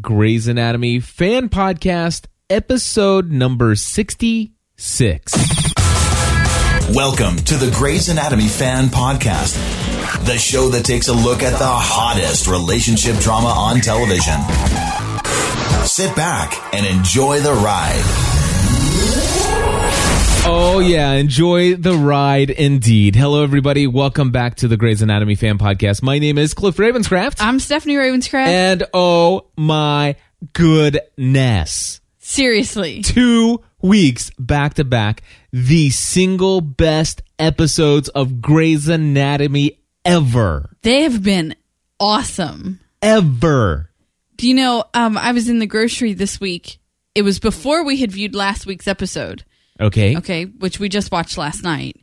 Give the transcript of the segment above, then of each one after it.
Grey's Anatomy fan podcast, episode number 66. Welcome to the Grey's Anatomy Fan Podcast, the show that takes a look at the hottest relationship drama on television. Sit back and enjoy the ride. Oh, yeah. Enjoy the ride indeed. Hello, everybody. Welcome back to the Grey's Anatomy fan podcast. My name is Cliff Ravenscraft. I'm Stephanie Ravenscraft. and oh my goodness. Seriously. two weeks back to back, the single best episodes of Grey's Anatomy ever. They have been awesome. Ever. Do you know, um, I was in the grocery this week. It was before we had viewed last week's episode, Okay. okay, which we just watched last night.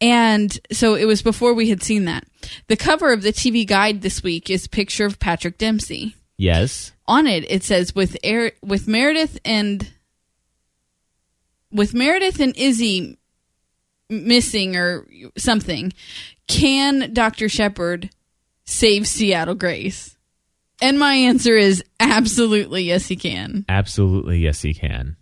And so it was before we had seen that. The cover of the TV guide this week is a picture of Patrick Dempsey. Yes. On it, it says with Air, with Meredith and with Meredith and Izzy m- missing or something, can Dr. Shepard save Seattle Grace? And my answer is absolutely yes, he can. Absolutely. Yes, he can.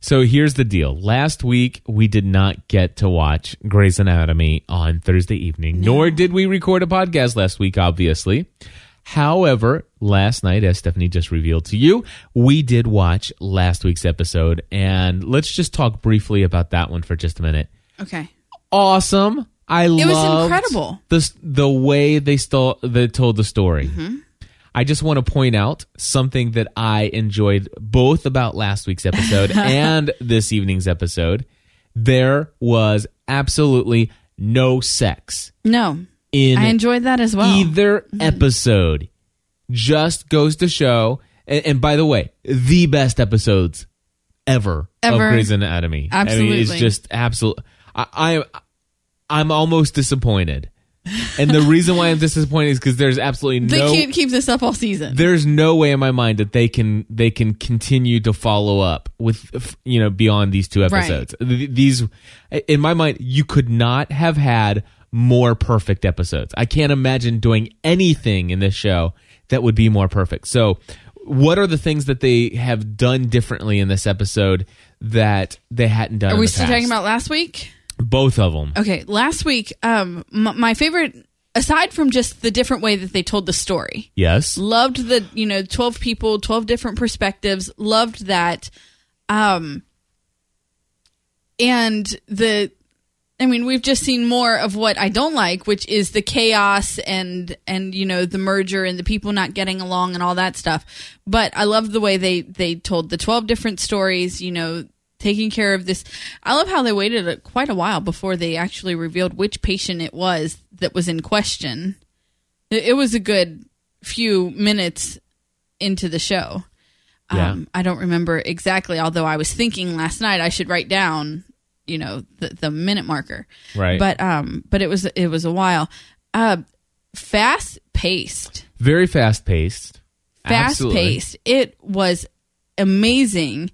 So here's the deal. Last week, we did not get to watch Grey's Anatomy on Thursday evening, nor did we record a podcast last week, obviously. However, last night, as Stephanie just revealed to you, we did watch last week's episode. And let's just talk briefly about that one for just a minute. Okay. awesome. I loved was incredible. The the way they stole they told the story. Mm-hmm. I just want to point out something that I enjoyed both about last week's episode and this evening's episode. There was absolutely no sex No, in I enjoyed that as well. Mm-hmm. either episode. Just goes to show. And, and by the way, the best episodes ever, Ever. of Grey's Anatomy. I mean, it's Absolutely. just absolute. I, I I'm almost disappointed, and the reason why I'm disappointed is because there's absolutely they no can't keep this up all season. there's no way in my mind that they can they can continue to follow up with f- you know beyond these two episodes. Th- These in my mind you could not have had more perfect episodes. I can't imagine doing anything in this show that would be more perfect. So what are the things that they have done differently in this episode that they hadn't done? Are in we the still past? talking about last week? both of them? Okay, last week, um, m- my favorite, aside from just the different way that they told the story, Yes. loved the you know 12 people 12 different perspectives loved that um and the i mean we've just seen more of what i don't like which is the chaos and and you know the merger and the people not getting along and all that stuff but i love the way they they told the 12 different stories you know taking care of this i love how they waited a, quite a while before they actually revealed which patient it was that was in question it, it was a good few minutes into the show. Yeah. Um, I don't remember exactly, although I was thinking last night I should write down, you know, the, the minute marker. Right. But um, but it was it was a while. Uh, fast paced, Very fast paced. fast paced. It was amazing.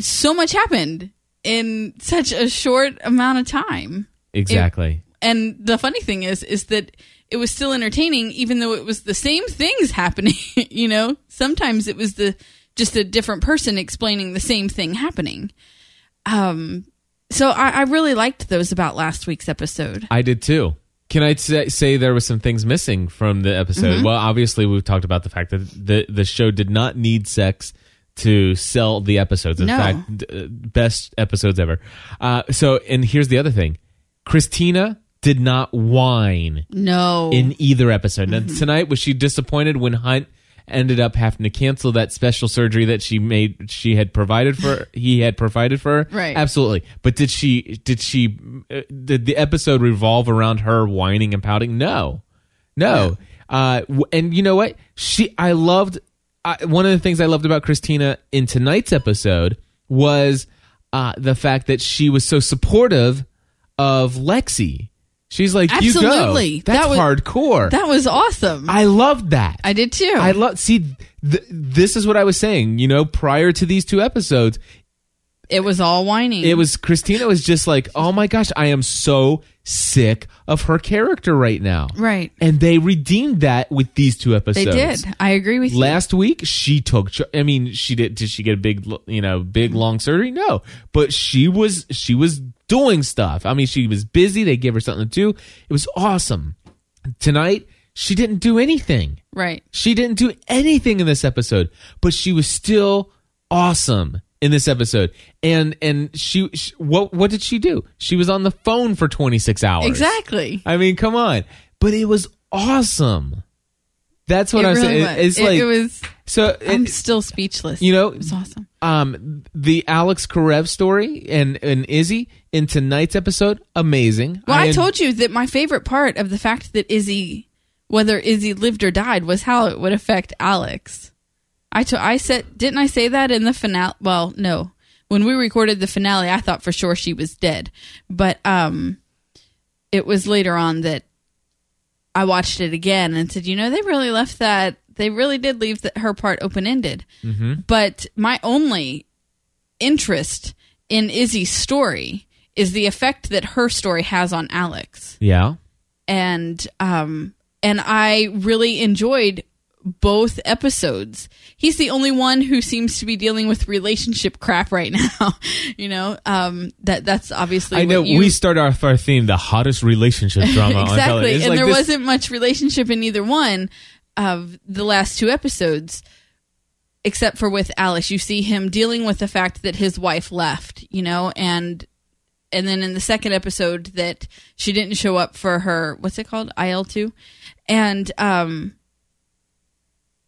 So much happened in such a short amount of time. Exactly. And the funny thing is, is that it was still entertaining, even though it was the same things happening. you know, sometimes it was the just a different person explaining the same thing happening. Um, so I, I really liked those about last week's episode. I did too. Can I say, say there was some things missing from the episode? Well, obviously we've talked about the fact that the the show did not need sex to sell the episodes. In No. fact, d- uh, best episodes ever. Uh, so, and here's the other thing: Christina did not whine No, in either episode. Now Mm-hmm. tonight was she disappointed when Hunt ended up having to cancel that special surgery that she made she had provided for he had provided for her? Right. Absolutely. But did she did she uh, did the episode revolve around her whining and pouting? No. No. Uh w- and you know what? She I loved I, one of the things I loved about Christina in tonight's episode was uh, the fact that she was so supportive of Lexi. She's like, you Absolutely. go. That's That was- hardcore. that was awesome. I, I loved that. did too. I love. See, th- this is what I was saying. You know, prior to these two episodes, It was all whining. It was Christina was just like, "Oh my gosh, I am so sick of her character right now." Right. And they redeemed that with these two They episodes. did. I agree with you. Last week she took ch- I mean, she did did she get a big, you know, big long surgery? No. But she was she was doing stuff. I mean, she was busy. They gave her something to do. It was awesome. Tonight, she didn't do anything. right. She didn't do anything in this episode, but she was still awesome in this episode. And and she, she what what did she do? She was on the phone for 26 hours. Exactly. I mean, come on. But it was awesome. That's what it I'm really saying. was. It's It- like it was. so I'm it- still speechless. you know- it was awesome. um the Alex Karev story and and Izzy in tonight's episode amazing. Well, I, en- told you that my favorite part of the fact that Izzy, whether Izzy lived or died, was how it would affect Alex. I to- I said, didn't I say that in the finale? Well, no. When we recorded the finale, I thought for sure she was dead, but um, it was later on that I watched it again and said, you know, they really left that. They really did leave the, her part open ended. mm-hmm. But my only interest in Izzy's story is the effect that her story has on Alex. Yeah. And um and I really enjoyed both episodes. He's the only one who seems to be dealing with relationship crap right now. you know, um that that's obviously I what know you- we start off our theme the hottest relationship drama on exactly. television. It's and like there this- wasn't much relationship in either one of the last two episodes, except for with Alex. You see him dealing with the fact that his wife left, you know, and and then in the second episode that she didn't show up for her what's it called IL two, and um.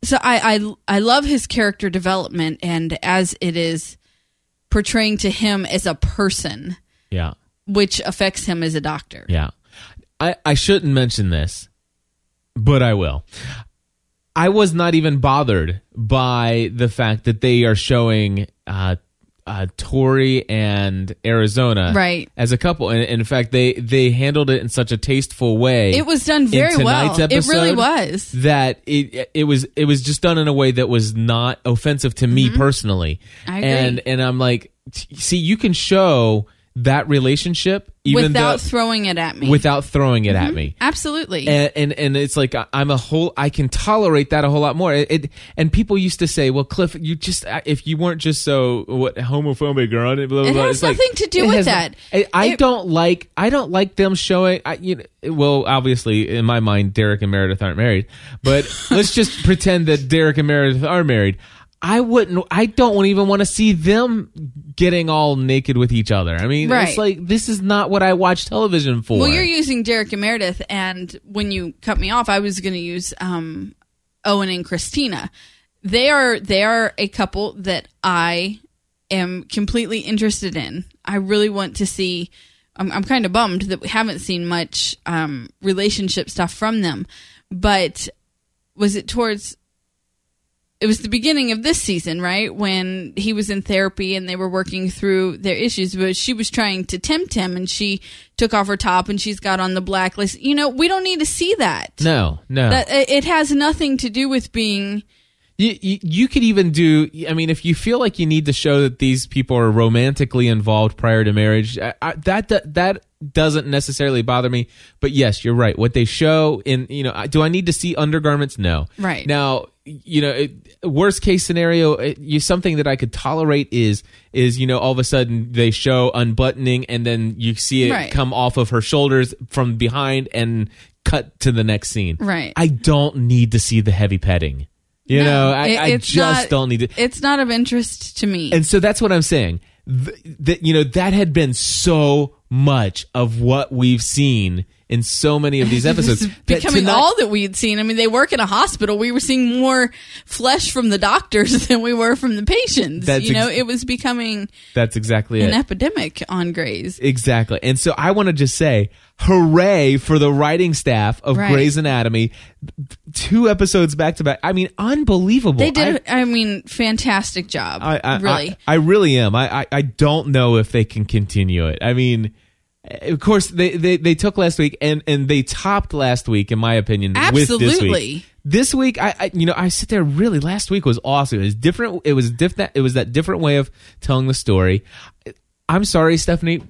So I, I I love his character development and as it is portraying to him as a person, Yeah. which affects him as a doctor. Yeah. I, I shouldn't mention this, but I will. I was not even bothered by the fact that they are showing uh, uh, Tory and Arizona Right. as a couple. And, and in fact, they, they handled it in such a tasteful way. It was done in very well. tonight's It really episode was. That it it was it was just done in a way that was not offensive to me personally. Mm-hmm. I agree. And and I'm like, see, you can show that relationship even without Mm-hmm. though throwing it at me. without throwing it at me. Absolutely. And, and and it's like I- I'm a whole I can tolerate that a whole lot more. It, it and people used to say, well, Cliff, you just uh, if you weren't just so what homophobic or blah, blah, It blah. has It's like- nothing to do it with has no- that. I, I It- don't like I don't like them showing. I, you know, well, obviously in my mind, Derek and Meredith aren't married, but let's just pretend that Derek and Meredith are married. I wouldn't. I don't even want to see them getting all naked with each other. I mean, Right. it's like this is not what I watch television for. well, you're using Derek and Meredith, and when you cut me off, I was going to use um, Owen and Christina. They are they are a couple that I am completely interested in. I really want to see. I'm, I'm kind of bummed that we haven't seen much um, relationship stuff from them, but was it towards it was the beginning of this season, right? When he was in therapy and they were working through their issues, but she was trying to tempt him and she took off her top and she's got on the blacklist. You know, we don't need to see that. no, no. That uh, it it has nothing to do with being You, you, you could even do. I mean, if you feel like you need to show that these people are romantically involved prior to marriage, I, I, that, that that doesn't necessarily bother me. But yes, you're right. What they show in, you know, I- do I need to see undergarments? No. Right. now, you know, it, worst case scenario, it, you, something that I could tolerate is is you know all of a sudden they show unbuttoning and then you see it Right. come off of her shoulders from behind and cut to the next scene. Right. I don't need to see the heavy petting. You No, know, I, it- I it's just not- don't need to. It's not of interest to me. And so that's what I'm saying. Th- That you know that had been so much of what we've seen in so many of these episodes. that Becoming tonight- all that we had seen. I mean, they work in a hospital. We were seeing more flesh from the doctors than we were from the patients. That's you know, ex- it was becoming That's exactly an it. epidemic on Grays. Exactly. And so I want to just say, hooray for the writing staff of Right. Grey's Anatomy. Two episodes back to back. I mean, unbelievable. They I- did. I, mean, fantastic job. I, I really. I, I really am. I, I I don't know if they can continue it. I mean, of course they, they they took last week and and they topped last week in my opinion with this Absolutely. week. This week I, I you know I sit there really last week was awesome. It was different it was different it was that different way of telling the story. I'm sorry Stephanie,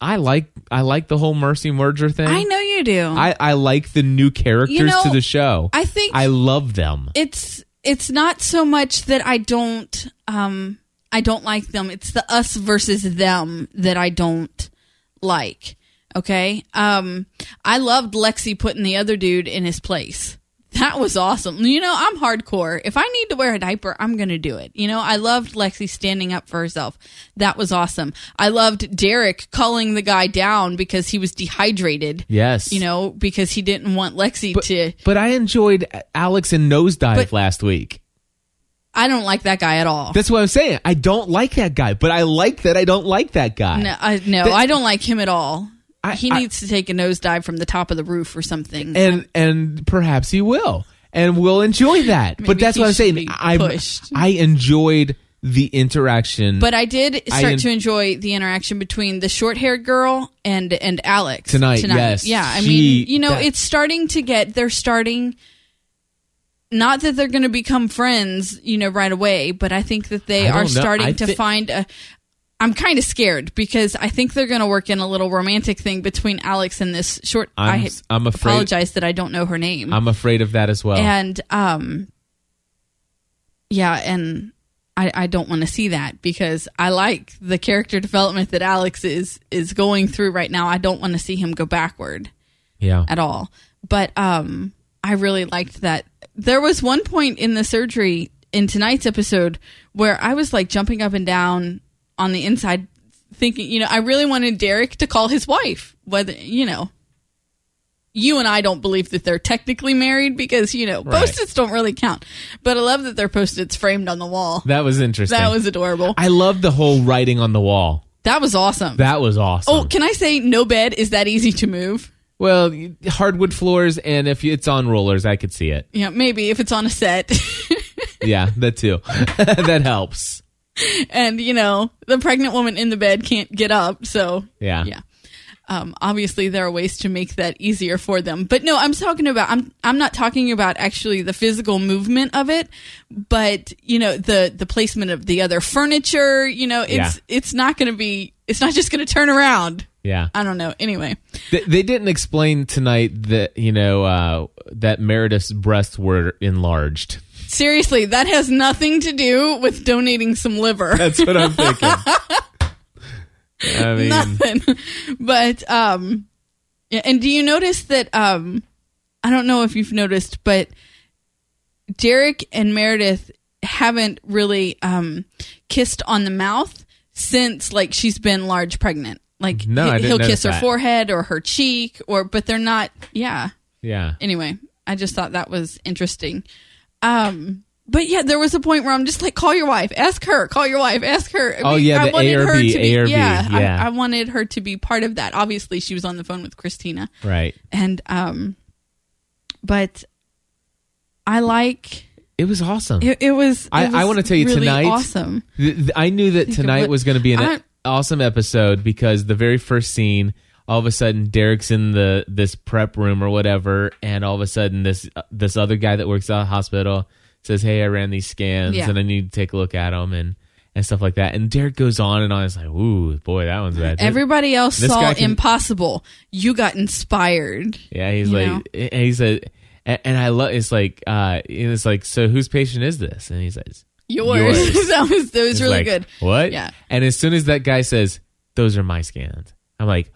I like I like the whole Mercy merger thing. I know you do. I, I like the new characters You know, to the show. I think- I love them. it's it's not so much that I don't um I don't like them. It's the us versus them that I don't like. Okay? Um I loved Lexi putting the other dude in his place. That was awesome. You know, I'm hardcore. If I need to wear a diaper, I'm going to do it. You know, I loved Lexi standing up for herself. That was awesome. I loved Derek calling the guy down because he was dehydrated. Yes. You know, because he didn't want Lexi to But I enjoyed Alex and Nosedive But- last week. I don't like that guy at all. That's what I'm saying. I don't like that guy, but I like that I don't like that guy. No, I, no, That- I don't like him at all. I- he I- needs to take a nosedive from the top of the roof or something. and and perhaps he will, and we'll enjoy that. but Maybe that's he what I'm should saying. be I pushed. I enjoyed the interaction, but I did I start en- to enjoy the interaction between the short-haired girl and and Alex Tonight, yes. yeah. I She- mean, you know, that- it's starting to get. They're starting. Not that they're going to become friends, you know, right away, but I think that they I are don't know. starting I to thi- find a. I'm kind of scared because I think they're going to work in a little romantic thing between Alex and this short. I'm I s- I'm afraid- apologize that I don't know her name. I'm afraid of that as well. and um yeah and i i don't want to see that because i like the character development that alex is is going through right now i don't want to see him go backward yeah, at all but um i really liked that there was one point in the surgery in tonight's episode where i was like jumping up and down on the inside thinking you know i really wanted derek to call his wife whether you know you and I don't believe that they're technically married because, you know, Right. post-its don't really count. But I love that their post-its framed on the wall. that was interesting. That was adorable. I love the whole writing on the wall. that was awesome. That was awesome. oh, can I say no bed is that easy to move? Well, y- hardwood floors, and if it's on rollers, I could see it. Yeah, maybe if it's on a set. Yeah, that too. that helps. and, you know, the pregnant woman in the bed can't get up, so Yeah. Yeah. Um, obviously, there are ways to make that easier for them, but no, I'm talking about I'm I'm not talking about actually the physical movement of it, but you know the the placement of the other furniture. You know, it's it's not going to be it's not just going to turn around. Yeah. I don't know. Anyway, They, they didn't explain tonight that you know uh, that Meredith's breasts were enlarged. seriously, that has nothing to do with donating some liver. That's what I'm thinking. I mean, Nothing. But um, yeah, and do you notice that um, I don't know if you've noticed, but Derek and Meredith haven't really um kissed on the mouth since like she's been large pregnant. Like No, I didn't he'll notice kiss her that. forehead or her cheek or but they're not yeah. yeah. Anyway, I just thought that was interesting. Um but yeah, there was a point where I'm just like, call your wife, ask her, call your wife, ask her. I Oh, mean, yeah, I the wanted her ARB, to be, ARB, yeah, I- yeah. I wanted her to be part of that. Obviously, she was on the phone with Christina, Right. and um, but I like It was awesome. it, it was. it I- I was wanna tell you really tonight- Awesome. Th- th- I knew that of tonight what- was going to be an I- awesome episode because the very first scene, all of a sudden, Derek's in the this prep room or whatever, and all of a sudden, this this other guy that works at the hospital says, "Hey, I ran these scans Yeah. and I need to take a look at them and and stuff like that." And Derek goes on and on. It's like, "Ooh, boy, that one's bad." Everybody else uh, This saw guy can- impossible. You got inspired. yeah, he's you like, know. and he said, and, and I love. It's like, uh, and it's like, so whose patient is this? And he says, Yours. Yours. that was that was It's really like, good. What? Yeah. And as soon as that guy says, "Those are my scans," I'm like,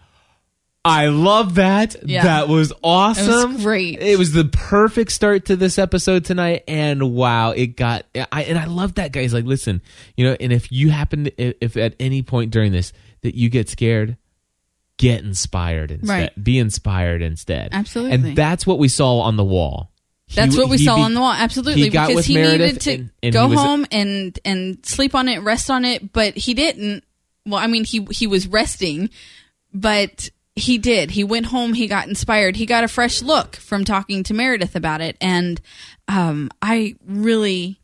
"I love that. Yeah. That was awesome. great. It was the perfect start to this episode tonight. And wow, it got. I and I love that guy. He's like, listen, you know, and if you happen, to, if- if at any point during this that you get scared. Get inspired instead. Right. Be inspired instead. Absolutely. And that's what we saw on the wall. That's He- what we he saw be- on the wall. Absolutely, he got because with he Meredith needed to and- and go he was- home and and sleep on it, rest on it, but he didn't. Well, I mean, he he was resting, but he did. He went home. He got inspired. He got a fresh look from talking to Meredith about it, and um, I really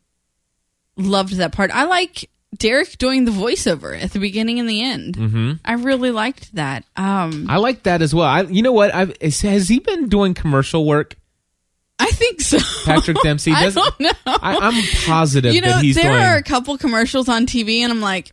loved that part. I like Derek doing the voiceover at the beginning and the end. Mm-hmm. I really liked that. Um, Mm. I like that as well. I, you know what? I've, is- has he been doing commercial work? I think so. Patrick Dempsey I doesn't. don't know. I, I'm positive you know, that he's there doing. are a couple commercials on TV, and I'm like,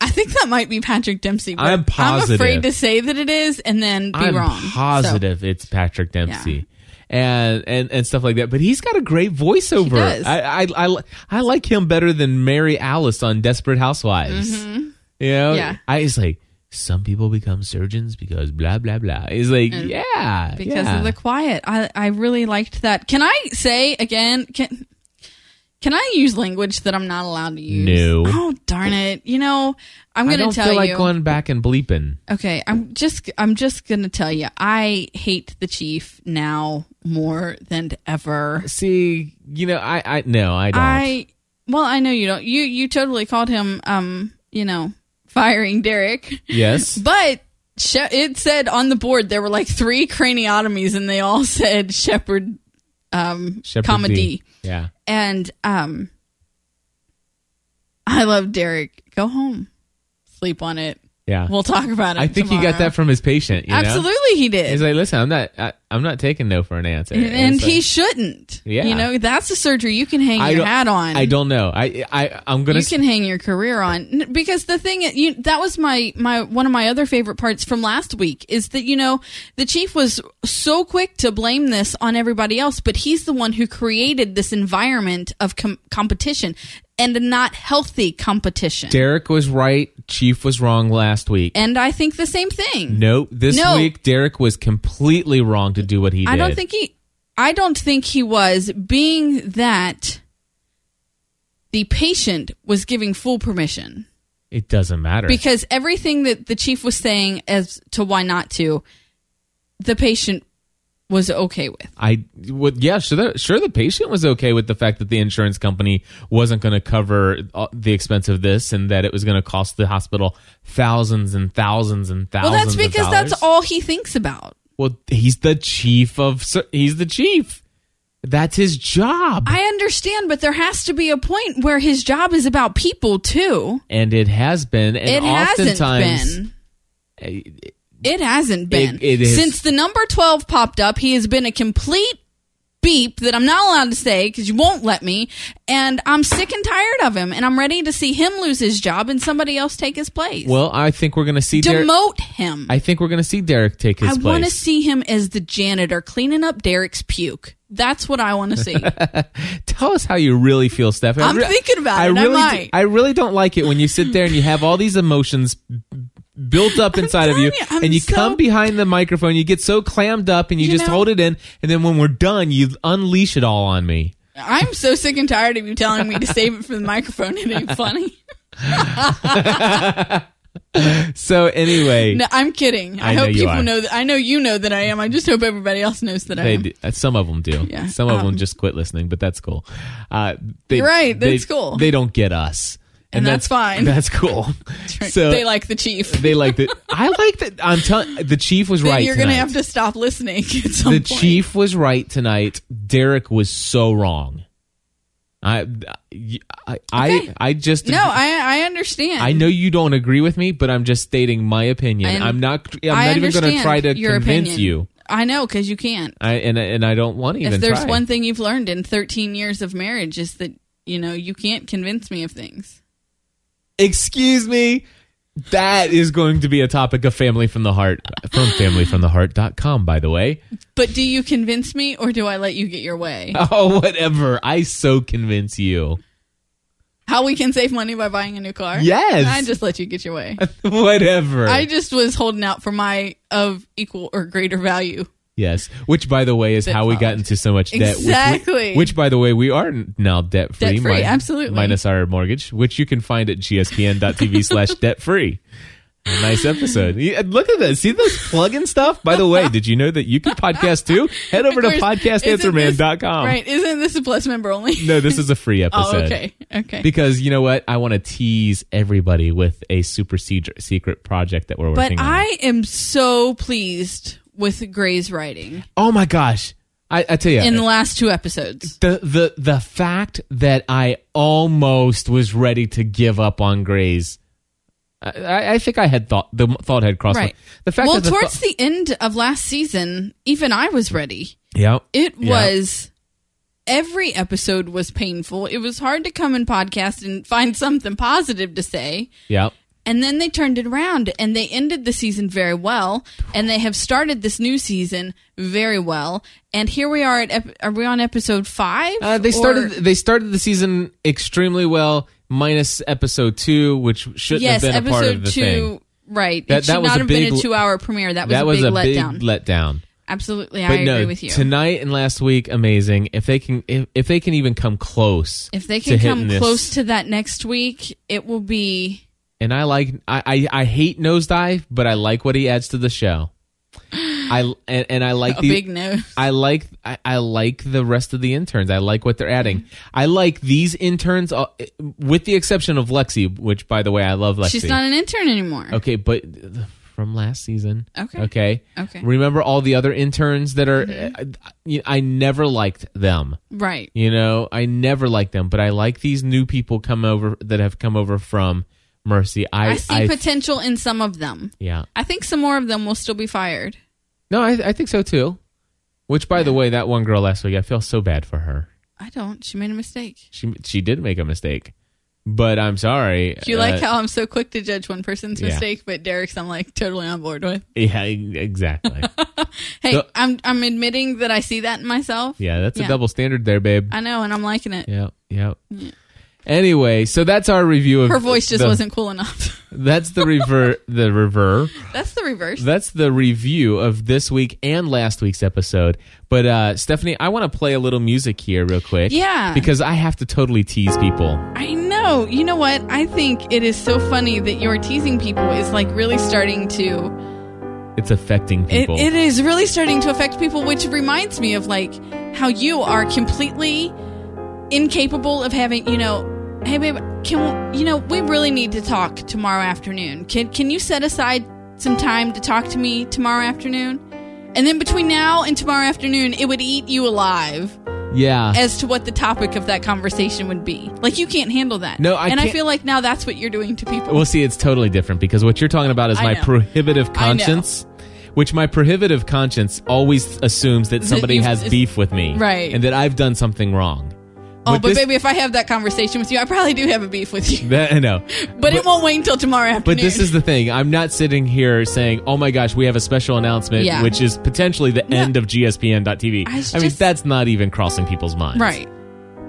I think that might be Patrick Dempsey. but I'm I'm positive. afraid to say that it is, and then be I'm wrong. So, positive it's Patrick Dempsey. And, and and stuff like that, but he's got a great voiceover. does. I, I I li- I like him better than Mary Alice on Desperate Housewives. You know, Mm-hmm. Yeah. I it's like some people become surgeons because blah blah blah. It's like yeah, because yeah. of the quiet. I I really liked that. Can I say again? Can can I use language that I'm not allowed to use? No. Oh darn it! You know, I'm I going don't to tell feel like you. going back and bleeping. okay, I'm just I'm just going to tell you. I hate the chief now more than ever. See, you know, I I no, I don't. I well, I know you don't. You you totally called him. Um, you know, firing Derek, yes, but. She- it said on the board there were like three craniotomies and they all said Shepherd Shepherd comma D. D. Yeah, and um I love Derek. Go home. Sleep on it. yeah. We'll talk about it. Uh, I think tomorrow. he got that from his patient. You know? Absolutely he did. He's like, listen, I'm not, I, I'm not taking no for an answer. and and It's like- he shouldn't. Yeah. You know, that's a surgery you can hang I your don't- hat on. I don't know. I, I, I'm gonna. you s- can hang your career on N- because the thing is- you, that was my my one of my other favorite parts from last week is that you know the chief was so quick to blame this on everybody else but he's the one who created this environment of com- competition and a not healthy competition Derek was right. Chief was wrong last week. and i think the same thing no, this No. week Derek was completely wrong to do what he did. i don't think he i don't think he was being that the patient was giving full permission it doesn't matter. because everything that the chief was saying as to why not to, the patient was okay with. I would, yeah, sure. The, sure, the patient was okay with the fact that the insurance company wasn't going to cover uh, the expense of this, and that it was going to cost the hospital thousands and thousands and Well, thousands. that's of because that's dollars. all he thinks about. Well, he's the chief of. ser- He's the chief. That's his job. I understand, but there has to be a point where his job is about people too. and it has been. And it hasn't oftentimes, eh, been. It hasn't been. it is- Since the number 12 popped up, he has been a complete beep that I'm not allowed to say because you won't let me. And I'm sick and tired of him. And I'm ready to see him lose his job and somebody else take his place. Well, I think we're going to see Derek. Demote him. I think we're going to see Derek take his I want to place. see him as the janitor cleaning up Derek's puke. That's what I want to see. Tell us how you really feel, Steph. I I'm thinking about I it. I Really might. Do, I really don't like it when you sit there and you have all these emotions b- built up inside of you, telling you, I'm and you so- come behind the microphone, you get so clammed up, and you, You just know- hold it in, and then when we're done, you unleash it all on me. I'm so sick and tired of you telling me to save it for the microphone. It ain't funny. So anyway, No, I'm kidding. I, I know hope you people are. know that. I know you know that I am. I just hope everybody else knows that I They am. do, uh, some of them do. Uh-huh. Yeah. Some of Um, them just quit listening, but that's cool. Uh, they, You're right, they- that's cool. They don't get us, and, that's fine. That's cool. so they like the chief. they like that. I like that. I'm telling the chief was Then right. you're gonna tonight. have to stop listening at some the point. chief was right tonight. Derek was so wrong. I I I, Okay. I just No, I I understand. I know you don't agree with me, but I'm just stating my opinion. I un- I'm not. I'm I not even going to understand try to your convince opinion. you. I know because you can't. I and and I don't want to even. if there's try. one thing you've learned in 13 years of marriage is that you know you can't convince me of things. excuse me that is going to be a topic of family from the heart from familyfromtheheart.com by the way But do you convince me or do I let you get your way? oh whatever i so convince you How we can save money by buying a new car? Yes. I just let you get your way. whatever I just was holding out for my of equal or greater value. yes which by the way is That how we got followed. into so much debt which we- Exactly. which, by the way we are n- now debt free Debt-free, absolutely. minus our mortgage which you can find at gspn.tv slash debt free Nice episode. Yeah, Look at this. See this plug-in stuff? By the way, did you know that you can podcast too? Head over to Of course, isn't this- podcastanswerman.com. Right. Isn't this a plus member only? No, this is a free oh, episode. okay. Okay. Because you know what? I want to tease everybody with a super se- secret project that we're but working on. I am so pleased with Gray's writing. Oh my gosh. I, I tell you, in the last two episodes. the the the fact that I almost was ready to give up on Grey's, I- I, I think I had thought the thought had crossed. my- Right. The fact well, that the towards the end of last season, even I was ready. the yeah, It yeah. was every episode was painful. It was hard to come in podcast and find something positive to say. yeah. And then they turned it around and they ended the season very well. And they have started this new season very well. And here we are at ep- are we on episode five? Uh, they Or- started they started the season extremely well, minus episode two, which shouldn't yes, have been a part of episode the two. thing. Right. That- it that should was not a have been a big- two hour premiere. That was that a big was a letdown. big letdown. Absolutely, But I no, agree with you. tonight and last week, amazing. If they can, if, if they can even come close, if they to can come hitting this- close to that next week, it will be and I like, I, I, I hate nosedive, but I like what he adds to the show. I and, and I like a the, big no. I like I, I like the rest of the interns. I like what they're adding. I like these interns, uh, with the exception of Lexi, which by the way I love Lexi. She's not an intern anymore. okay, but uh, from last season. Okay. Okay. Okay. Mm-hmm. Remember all the other interns that are? I, I- I never liked them. Right. You know, I never liked them, but I like these new people come over that have come over from Mercy. I, I see potential in some of them. yeah. I think some more of them will still be fired. No, I, I think so too. Which, by the way, that one girl last week, I feel so bad for her. I don't. She made a mistake. She she did make a mistake, but I'm sorry. Do you Uh, like how I'm so quick to judge one person's yeah. mistake, but Derek's I'm like totally on board with. Yeah, e- exactly. Hey, The- I'm I'm admitting that I see that in myself. yeah, that's Yeah. a double standard there, babe. I know, and I'm liking it. yeah, yeah. Anyway, so that's our review of Her voice just the- wasn't cool enough. That's the rever the rever. That's the reverse. That's the review of this week and last week's episode. But uh, Stephanie, I want to play a little music here real quick. Yeah. Because I have to totally tease people. I know. You know what? I think it is so funny that your teasing people is like really starting to It's affecting It, people. it is really starting to affect people, which reminds me of like how you are completely incapable of having, you know, hey babe, can you know we really need to talk tomorrow afternoon? Can can you set aside some time to talk to me tomorrow afternoon? And then between now and tomorrow afternoon, it would eat you alive yeah. as to what the topic of that conversation would be. Like you can't handle that. No, I and I can't- feel like now that's what you're doing to people. Well, see, it's totally different because what you're talking about is I my know. prohibitive I know. conscience, which my prohibitive conscience always assumes that somebody you've- has beef with me, Right. and that I've done something wrong. oh, But but this- baby, if I have that conversation with you, I probably do have a beef with you. That, no, But, it won't wait until tomorrow afternoon. But this is the thing. I'm not sitting here saying, "Oh my gosh, we have a special announcement," Yeah. which is potentially the end of GSPN.TV. I was I mean, just- that's not even crossing people's minds, Right.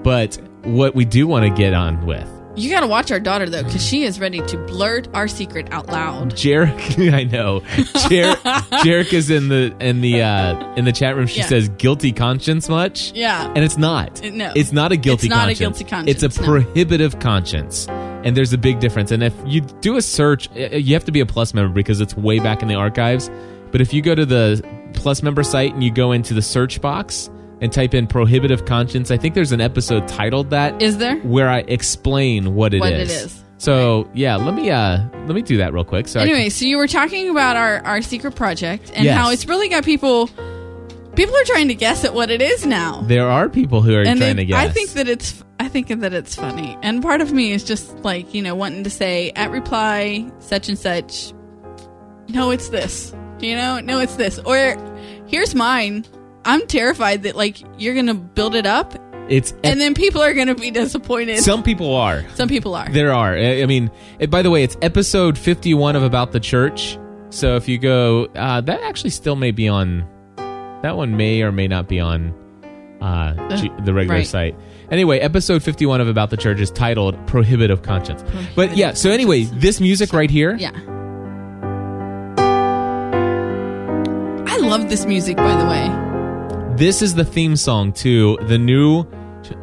But what we do want to get on with, You got to watch our daughter, though, because she is ready to blurt our secret out loud. Jarek. I know Jer- Jarek is in the in the uh, in the chat room. She Yeah. says, "Guilty conscience much?" Yeah. and it's not. It- no. it's not a guilty. It's not a conscience. guilty conscience, It's a no. prohibitive conscience, and there's a big difference. And if you do a search, uh, you have to be a plus member because it's way back in the archives. But if you go to the plus member site and you go into the search box and type in prohibitive conscience, I think there's an episode titled that Is there? where I explain what it is. What it is. So yeah, let me uh let me do that real quick. So I can- Anyway, so you were talking about our, our secret project and Yes. how it's really got people. People are trying to guess at what it is now. there are people who are and trying to they- guess. I think that it's I think that it's funny, and part of me is just like you know wanting to say at reply such and such. No, it's this. You know, no, it's this. Or here's mine. I'm terrified that like you're gonna build it up, it's and then people are gonna be disappointed. some people are. Some people are. There are. I I mean, it, by the way, it's episode 51 of About the Church. So if you go, uh, that actually still may be on. That one may or may not be on uh, G- the regular right. site. Anyway, episode 51 of About the Church is titled Prohibitive Conscience. but yeah, so anyway, this music right here. Yeah. I love this music, by the way. This is the theme song to the new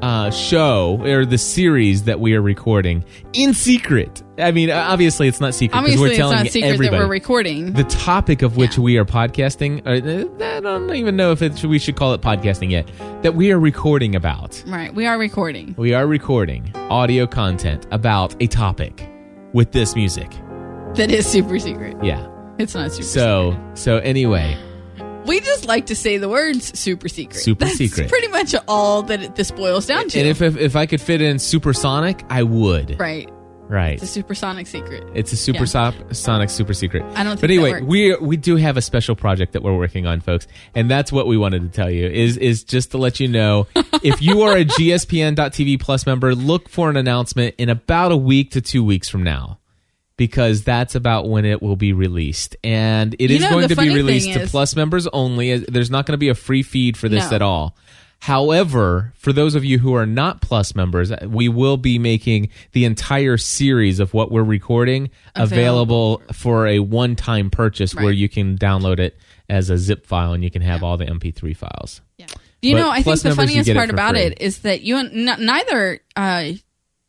uh, show or the series that we are recording in secret. I mean, obviously it's not secret because Obviously, we're it's telling not secret everybody. that we're recording. the topic of which we are podcasting. Or, uh, I don't even know if it should, we should call it podcasting yet. That we are recording about. right, we are recording. We are recording audio content about a topic with this music. That is super secret. Yeah. It's not super. So so anyway, secret. We just like to say the words super secret. Super That's secret. pretty much all that it, this boils down to. And if, if if I could fit in supersonic, I would. right. Right. The supersonic secret. It's a super Yeah. sop- sonic super secret. I don't think But that anyway, works. we we do have a special project that we're working on, folks, and that's what we wanted to tell you is is just to let you know if you are a GSPN.TV Plus member, look for an announcement in about a week to two weeks from now, because that's about when it will be released, and it You is know, going the to funny be thing released to is- Plus members only. uh, There's not going to be a free feed for this No. at all. However, for those of you who are not Plus members, uh, we will be making the entire series of what we're recording available, for a one time purchase where Right. you can download it as a zip file and you can have all the MP3 files. You But know, I plus think the members, you funniest get it part for about free. it is that you and n- neither uh,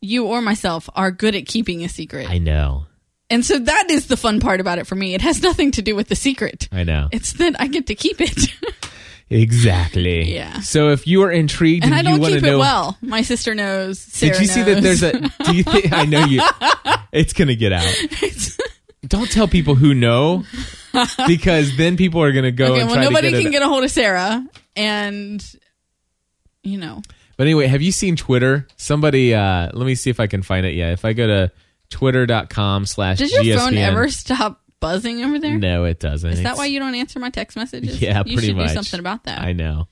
you or myself are good at keeping a secret, I know. and so that is the fun part about it for me. It has nothing to do with the secret. I know. It's that I get to keep it, Exactly. Yeah. So if you are intrigued and and, I don't you want keep to it know well. My sister knows. Sarah Did you see that knows. there's a do you think I know you it's gonna get out. Don't tell people who know because then people are gonna go okay? and Well, try nobody to get can it. get a hold of Sarah, and you know, But anyway, have you seen Twitter? Somebody, uh, let me see if I can find it. Yeah, if I go to twitter.com slash E does your GSPN, phone ever stop buzzing over there? Is No, it doesn't. Is that why you don't answer my text messages? Yeah, you pretty should much. do something about that. I know.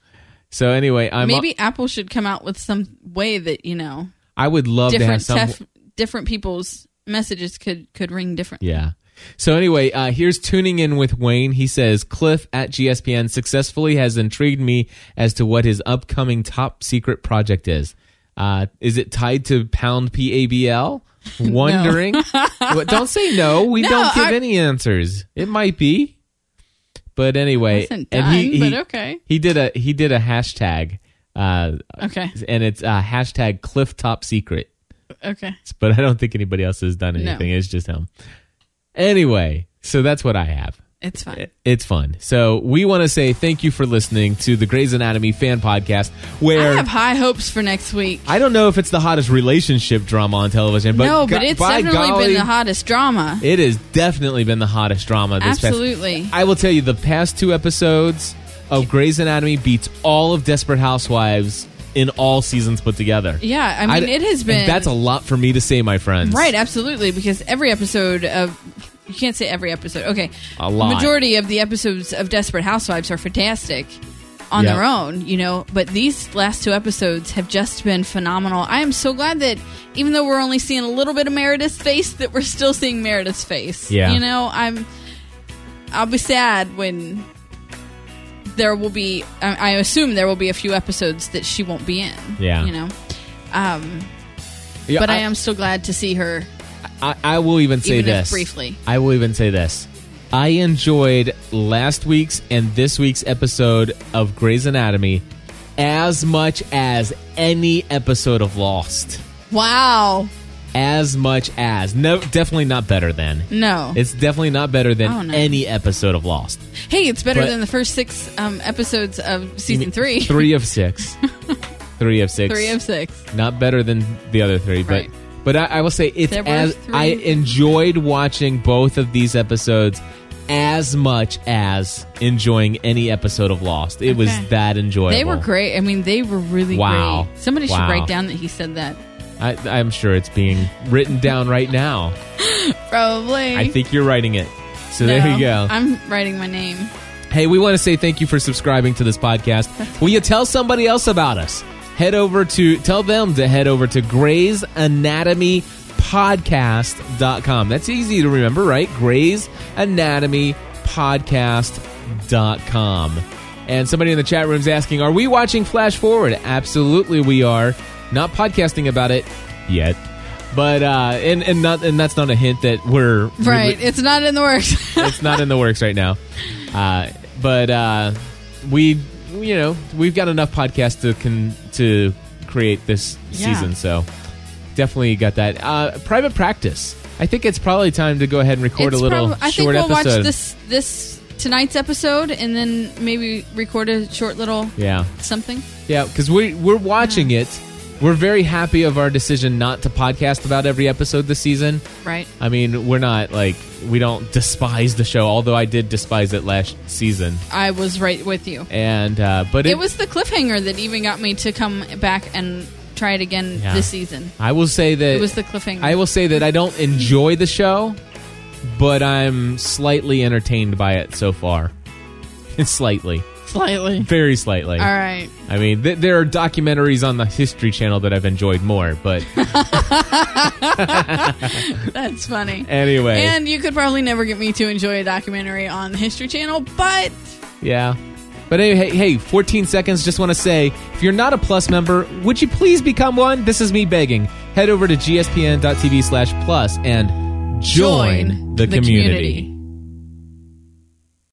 So anyway, I'm. Maybe Apple should come out with some way that you know I would love to have different some. tef- different people's messages could could ring differently. Yeah. So anyway, uh, here's tuning in with Wayne. He says Cliff at GSPN successfully has intrigued me as to what his upcoming top secret project is. Uh, is it tied to Pound PABL? Wondering. Well, don't say no. We No, don't give I- any answers. It might be, but anyway, Wasn't and done, he, he- but okay. He did a he did a hashtag, uh, Okay. and it's uh, hashtag Cliff Top Secret Okay. but I don't think anybody else has done No. anything. It's just him. Anyway, so that's what I have. It's fine. It's fun. So we want to say thank you for listening to the Grey's Anatomy fan podcast, I where have I, high hopes for next week. don't know if it's the hottest relationship drama on television, but no, go- but it's by definitely golly, been the hottest drama. It has definitely been the hottest drama. This past- Absolutely. I will tell you, the past two episodes of Grey's Anatomy beats all of Desperate Housewives in all seasons put together. yeah, I mean, I- it has and been That's a lot for me to say, my friends. right, absolutely, because every episode of you can't say every episode. Okay, A lot. Majority of the episodes of Desperate Housewives are fantastic on Yeah. their own, you know. But these last two episodes have just been phenomenal. I am so glad that even though we're only seeing a little bit of Meredith's face, that we're still seeing Meredith's face. Yeah. you know, I'm. I'll be sad when there will be. I, I assume there will be a few episodes that she won't be in. Yeah. you know. Um, Yeah, but I, am still glad to see her. I, I will even say Even if this briefly. I will even say this. I enjoyed last week's and this week's episode of Grey's Anatomy as much as any episode of Lost. Wow. As much as no, definitely not better than. No. It's definitely not better than Oh, no. any episode of Lost. Hey, it's better But- than the first six um, episodes of season three. Three of six. three of six. Three of six. not better than the other three, Right. but but I, I will say it's There were as three. I enjoyed watching both of these episodes as much as enjoying any episode of Lost. It was Okay. that enjoyable. They were great. I mean, they were really Wow. great. Somebody Wow. should write down that he said that. I, I'm sure it's being written down right now. Probably. I think you're writing it. So there No, you go. I'm writing my name. Hey, we want to say thank you for subscribing to this podcast. Will you tell somebody else about us? Head over to tell them to head over to Gray's Anatomy podcast.com. That's easy to remember, right? Gray's Anatomy podcast.com. And somebody in the chat room's asking, are we watching Flash Forward? Absolutely we are. Not podcasting about it yet. But uh and, and not and that's not a hint that we're Right. It's not in the works. it's not in the works right now. Uh, but uh, we, you know, we've got enough podcasts to con- to create this Yeah. season. So definitely got that. Uh, private practice. I think it's probably time to go ahead and record It's a little prob- I think short we'll episode. watch this this tonight's episode and then maybe record a short little Yeah, something. yeah, because we we're watching it. We're very happy of our decision not to podcast about every episode this season. right? I mean, we're not like we don't despise the show, although I did despise it last season. I was right with you. And uh, but it, It was the cliffhanger that even got me to come back and try it again Yeah. this season. I will say that It was the cliffhanger. I will say that I don't enjoy the show, but I'm slightly entertained by it so far. slightly, slightly. very slightly. All right. I mean, th- there are documentaries on the History Channel that I've enjoyed more, but That's funny. anyway, And you could probably never get me to enjoy a documentary on the History Channel, but yeah. But hey, hey, hey, 14 seconds. Just want to say, if you're not a Plus member, would you please become one? This is me begging. Head over to gspn.tv slash plus and join, the, community.